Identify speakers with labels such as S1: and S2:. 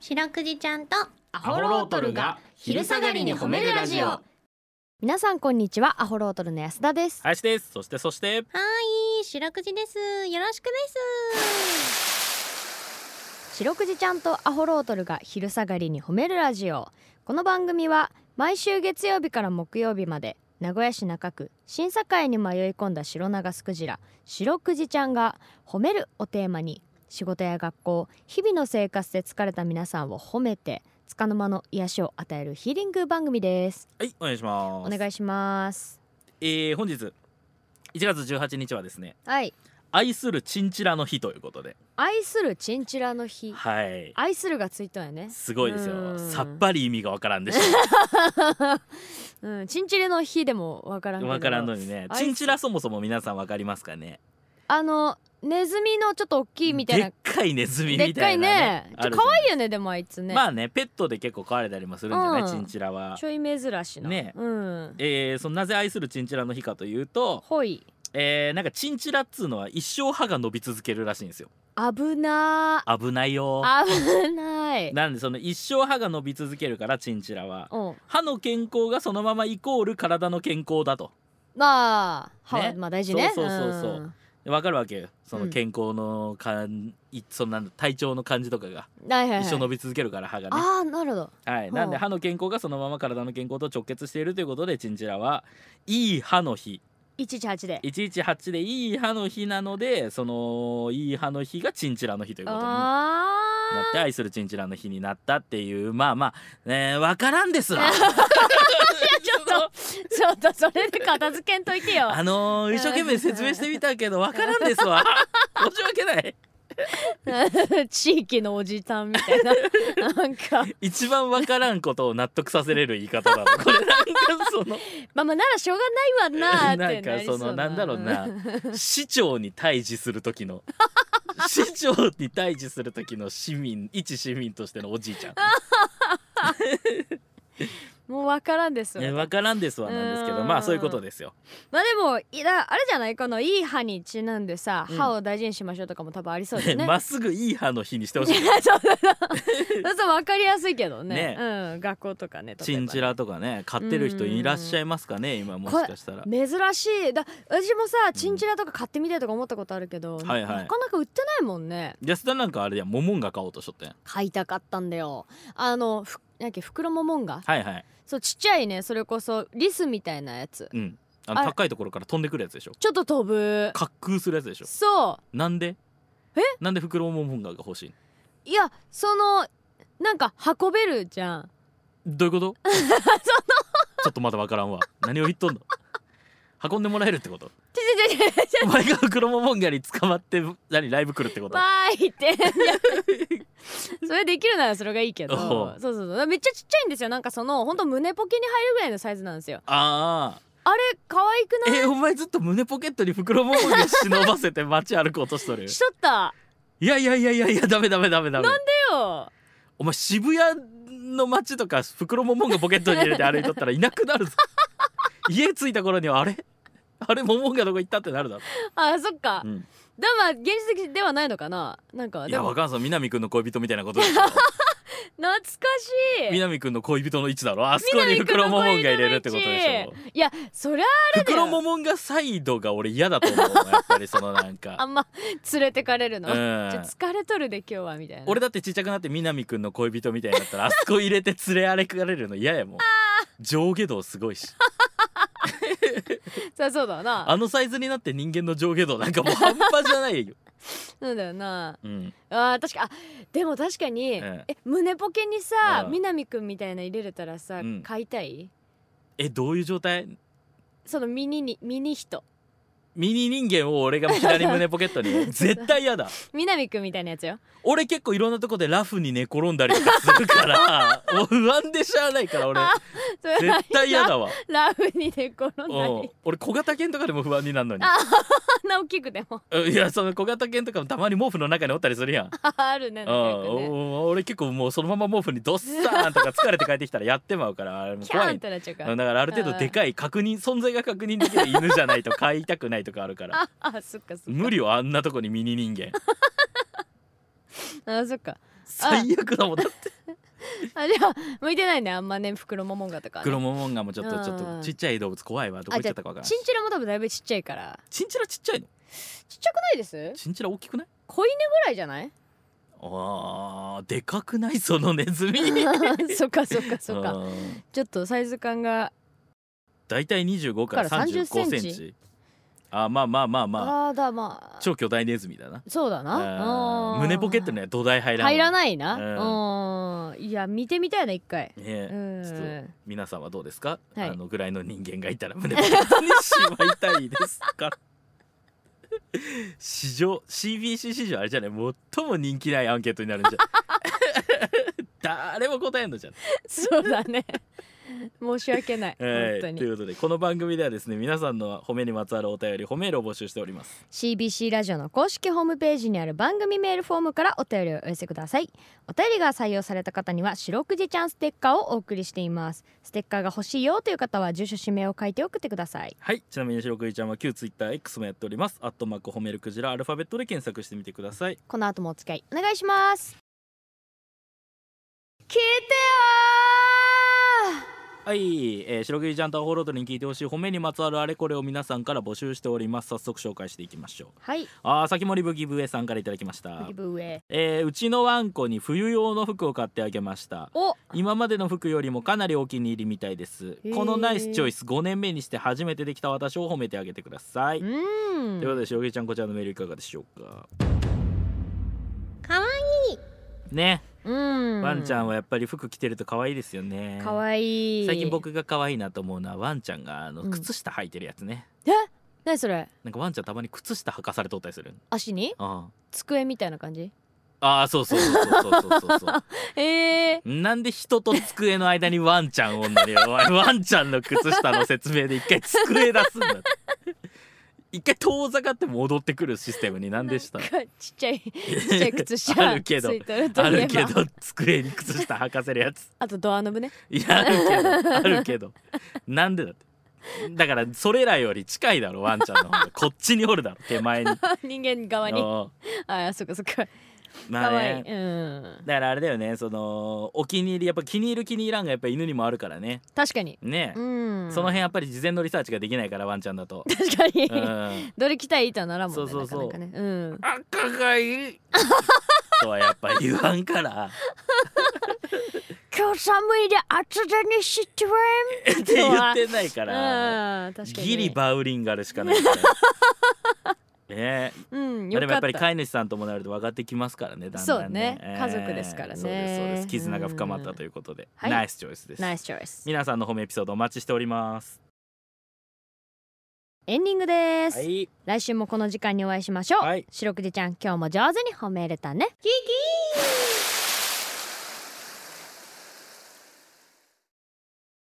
S1: 白くじちゃんとア
S2: ホロートルが昼下がりに褒めるラジオ
S3: 皆さんこんにちはアホロートルの安田です
S4: 林ですそしてそして
S1: いい白くじですよろしくです
S3: 白くじちゃんとアホロートルが昼下がりに褒めるラジオこの番組は毎週月曜日から木曜日まで名古屋市中区審査会に迷い込んだ白長スクジラ白くじちゃんが褒めるおテーマに仕事や学校日々の生活で疲れた皆さんを褒めて束の間の癒しを与えるヒーリング番組です
S4: はいお願いしま
S3: お
S4: す
S3: 願いします
S4: えー、本日1月18日はですね
S3: はい
S4: 愛するチンチラの日ということで
S3: 愛するチンチラの日
S4: はい
S3: 愛するがついたよね
S4: すごいです
S3: う
S4: よ
S3: ん
S4: さっぱり意味がわからんでし ょ
S3: うん、チンチレの日でもわからんけど
S4: わからんのにね
S3: 愛す
S4: チンチラそもそも皆さんわかりますかね
S3: あのネズミのちょっと大きいみたい
S4: で
S3: な
S4: っかいネズミ
S3: でっ
S4: み
S3: か
S4: た
S3: い
S4: いな
S3: ね
S4: あるじゃん
S3: 可愛いよねでもあいつね、
S4: まあねペットで結構飼われたりもするんじゃない、
S3: うん
S4: チンチラは
S3: ちょい珍しな
S4: ね
S3: うん
S4: えー、そのなぜ愛するチンチラの日かというと、
S3: ほい
S4: えー、なんかチンチラっつうのは一生歯が伸び続けるらしいんですよ
S3: 危な
S4: 危ないよ
S3: ー危ない
S4: なんでその一生歯が伸び続けるからチンチラは
S3: うん
S4: 歯の健康がそのままイコール体の健康だと
S3: まあ、は
S4: ね
S3: まあ大事ね
S4: そうそうそうそうんわかるわけよそうの
S3: ん
S4: 健康のかいそのなんだ体調の感じとかが
S3: はいはい、はい、
S4: 一生伸び続けるから歯がね、
S3: ああなるほど
S4: はい、なんで
S3: ほう
S4: 歯の健康がそのまま体の健康と直結しているということでチンチラはいい歯の日
S3: 118で
S4: 118でいい歯の日なのでそのいい歯の日がチンチラの日ということにな
S3: あ
S4: って愛するチンチラの日になったっていうまあまあねわからんですわ
S3: ちょっとちょっとそれで片付けんといてよ
S4: あのー一生懸命説明してみたけどわからんですわ申し訳ない
S3: 地域のおじさんみたい ななんか
S4: 一番わからんことを納得させれる言い方だ わこれなんかその
S3: まあまあならしょうが ないわなーって
S4: なんかそのなんだろうな
S3: り
S4: 市長に対峙する 時の市長に対峙する時の市民一市民としてのおじいちゃん
S3: そうなもうわからんですよ、
S4: ね、わからんですわなんですけ
S3: う
S4: ど
S3: ん
S4: まあそういうことですよ
S3: まあでもいだあれじゃないこのいい歯にちなんでさ、
S4: うん
S3: 歯を大事にしましょうとかも多分ありそうですね
S4: まっすぐいい歯の日にして ほし
S3: い
S4: い
S3: やそうそうそうそうそうわかりやすいけどね
S4: ね
S3: うん、学校とかね例えば
S4: チンチラとかね飼ってる人いらっしゃいますかね今もしかしたら
S3: 珍しいだ私もさチンチラとか買ってみたいとか思ったことあるけど、
S4: はいはい
S3: なかなか売ってないもんね
S4: 安田なんかあれやモモンガ買おうとしとってん
S3: 買いたかったんだよあのふなんだっけ袋ももんが
S4: はいはい
S3: そうちっちゃいねそれこそリスみたいなやつ
S4: うんあ
S3: あ
S4: の
S3: れ
S4: 高いところから飛んでくるやつでしょ
S3: ちょっと飛ぶ
S4: 滑空するやつでしょ
S3: そう
S4: なんでなんで袋モモンガが欲しいの
S3: いやそのなんか運べるじゃん
S4: どういうこと ちょっとまだわからんわ何を言っとんの運んでもらえるってこと
S3: ちょちょちょちょち
S4: お前が袋モモンガに捕まって何ライブ来るってこ
S3: ょ
S4: と
S3: わーいって それできるならそれがいいけど
S4: お
S3: そううそうそうめっちゃちっちゃいんですよなんかそのほんと胸ポケに入るぐらいのサイズなんですよ
S4: ああ
S3: あれ可愛くない
S4: えお前ずっと胸ポケットに袋ももに忍ばせて街歩こうとしとる
S3: しとった
S4: いやいやいやいやいやダメダメダメダメ
S3: だよ
S4: お前渋谷の街とか袋ももんがポケットに入れて歩いとったらいなくなる ぞ家着いた頃にはあれあれももんがどこ行ったってなるだろ、
S3: あそっか、
S4: うん
S3: でもまあ現実的ではないのかななんか
S4: い
S3: で
S4: や
S3: も
S4: わ
S3: 懐
S4: かんない南くんの恋人みたいなことでしょ
S3: かしい
S4: 南くんの恋人の位置だろあそこに袋ももんが入れるってことでしょ
S3: いやそりゃれだよ
S4: 袋ももんがサイドが俺嫌だと思うやっぱりそのなん
S3: あ
S4: か
S3: んま連れてかれるの、
S4: う
S3: ちょ
S4: ん
S3: 疲れとるで今日はみたいな
S4: 俺だってちっちゃくなって南くんの恋人みたいになったらあそこ入れて連れ歩かれるの嫌やもん上下動すごいし
S3: そうそうだよな
S4: あのサイズになって人間の上下動なんかもう半端じゃないよ、
S3: そうだよな
S4: うん、
S3: あー確かあでも確かに、
S4: え
S3: え胸ポケにさ、
S4: うん
S3: 南くんみたいな入れれたらさ、
S4: うん
S3: 買いたい
S4: えどういう状態
S3: そのミニにミニ人
S4: ミニ人間を俺が左胸ポケット に絶対嫌だ
S3: 南くんみたいなやつよ
S4: 俺結構いろんなとこでラフに寝転んだりとかするからもう不安でしゃあないから俺
S3: あそれ
S4: 絶対嫌だわ
S3: ラフに寝転んだり
S4: うん俺小型犬とかでも不安になるのに
S3: ああんな大きくでも
S4: うんいやその小型犬とかもたまに毛布の中におったりするやん
S3: あるねなんかよくね
S4: うん俺結構もうそのまま毛布にドッサーンとか疲れて帰ってきたらやってま うからあれも
S3: キャ
S4: 怖
S3: ーン
S4: い
S3: っ
S4: だ
S3: てなっちゃうか
S4: かららある程度でかい確認存在が確認できる犬じゃないと飼いたくないとかあるから
S3: ああそっかそっか
S4: 無理よあんなとこにミニ人間
S3: あそっか
S4: 最悪だもんだって
S3: あじゃあ向いてないねあんまね袋ももんがとか、
S4: 黒
S3: ね、
S4: モモンガもちょっと
S3: うん
S4: ちょっとちっちゃい動物怖いわどこ行っちゃったかわからない
S3: チンチラも多分だいぶちっちゃいから
S4: チンチラちっちゃいの
S3: ちっちゃくないです
S4: チンチラ大きくない
S3: 子犬ぐらいじゃない
S4: あーでかくないそのネズ ミ
S3: そっかそっかそっか
S4: うん
S3: ちょっとサイズ感が、
S4: 大体25から
S3: から
S4: 35
S3: 30
S4: センチ
S3: セン
S4: あーまあまあまあまあ
S3: ああーだまあ
S4: 超巨大ネズミだな
S3: そうだな
S4: あ
S3: う
S4: ー
S3: ん
S4: 胸ポケットには土台入らんわ
S3: 入らないな、うん、いや見てみたいな一回
S4: ね
S3: うん
S4: えちょっと皆さんはどうですか、
S3: はい
S4: あのぐらいの人間がいたら 胸ポケットにしまいたいですか史上 CBC 史上あれじゃない最も人気ないアンケートになるんじゃん 誰も答えんのじゃん、
S3: そうだね申し訳ない、
S4: はい、と
S3: 本当
S4: い
S3: に
S4: うことでこの番組ではですね皆さんの褒めにまつわるお便り褒めールを募集しております
S3: CBC ラジオの公式ホームページにある番組メールフォームからお便りをお寄せくださいお便りが採用された方には白くじちゃんステッカーをお送りしていますステッカーが欲しいよという方は住所氏名を書いて送ってください
S4: はいちなみに白くじちゃんは旧 TwitterX もやっておりますアットマーク褒めるクジラアルファベットで検索してみてください
S3: この後もお付き合いお願いします聞いてよ
S4: はい、えー、白木ちゃんとアホロードに聞いてほしい褒めにまつわるあれこれを皆さんから募集しております早速紹介していきましょう
S3: ーはい
S4: あー先森ブギブエさんからいただきました
S3: ギ、ブウェイ
S4: えーうちのワンコに冬用の服を買ってあげました
S3: お
S4: 今までの服よりもかなりお気に入りみたいです
S3: へー
S4: このナイスチョイス5年目にして初めてできた私を褒めてあげてください、
S3: う
S4: と
S3: ん
S4: いうことで白木ちゃんこちらのメールいかがでしょうか
S1: かわ
S4: ね、
S3: うん
S4: ワンちゃんはやっぱり服着てると可愛いですよね
S3: かわいい
S4: 最近僕が可愛いなと思うのはワンちゃんがあの
S3: うん
S4: 靴下履いてるやつね、
S3: え何それ
S4: なんかワンちゃんたまに靴下履かされとったりする
S3: 足に
S4: あ
S3: 机みたいな感じ
S4: ああそうそうそうそうそうそう そう
S3: ええ
S4: なんで人と机の間にワンちゃんおんのにお前ワンちゃんの靴下の説明で一回机出すんだって一回遠ざかって戻ってくるシステムになんでした
S3: なんかちっちゃ いちっちゃい靴下
S4: あるけど
S3: ついてるといえば
S4: あるけど机に靴下履かせるやつ
S3: あとドアノブね
S4: いやあるけどあるけどなんでだってだからそれらより近いだろワンちゃんの方がこっちにおるだろ手 前に
S3: 人間側に
S4: あ
S3: ああそっかそっか
S4: ま
S3: か
S4: あ
S3: わ
S4: ね
S3: いいうん
S4: だからあれだよねそのお気に入りやっぱ気に入る気に入らんがやっぱ犬にもあるからね
S3: 確かに
S4: ね、
S3: うん
S4: その辺やっぱり事前のリサーチができないからワンちゃん だと
S3: 確かに
S4: うん
S3: どれ着たいとはならんもんね
S4: そうそうそう
S3: なかなかねうん
S4: 赤がいいとはやっぱ言わ んから
S3: 今日寒いで厚手にしてわ
S4: って言ってないから
S3: うん確かに
S4: ギリバウリンガルしかないから ね
S3: うん
S4: ま
S3: よ
S4: あでも
S3: か
S4: や
S3: っ
S4: っぱり
S3: た
S4: 飼い主さんともなると分かってきますからねだんだんね
S3: そうね家族ですからね
S4: そうですそうです絆が深まったということで、
S3: はい
S4: ナイスチョイスです、
S3: ナイスチョイス
S4: 皆さんの褒めエピソードお待ちしております
S3: エンディングです
S4: はい
S3: 来週もこの時間にお会いしましょう、
S4: はい
S3: 白くじちゃん今日も上手に褒めれたね
S1: キキー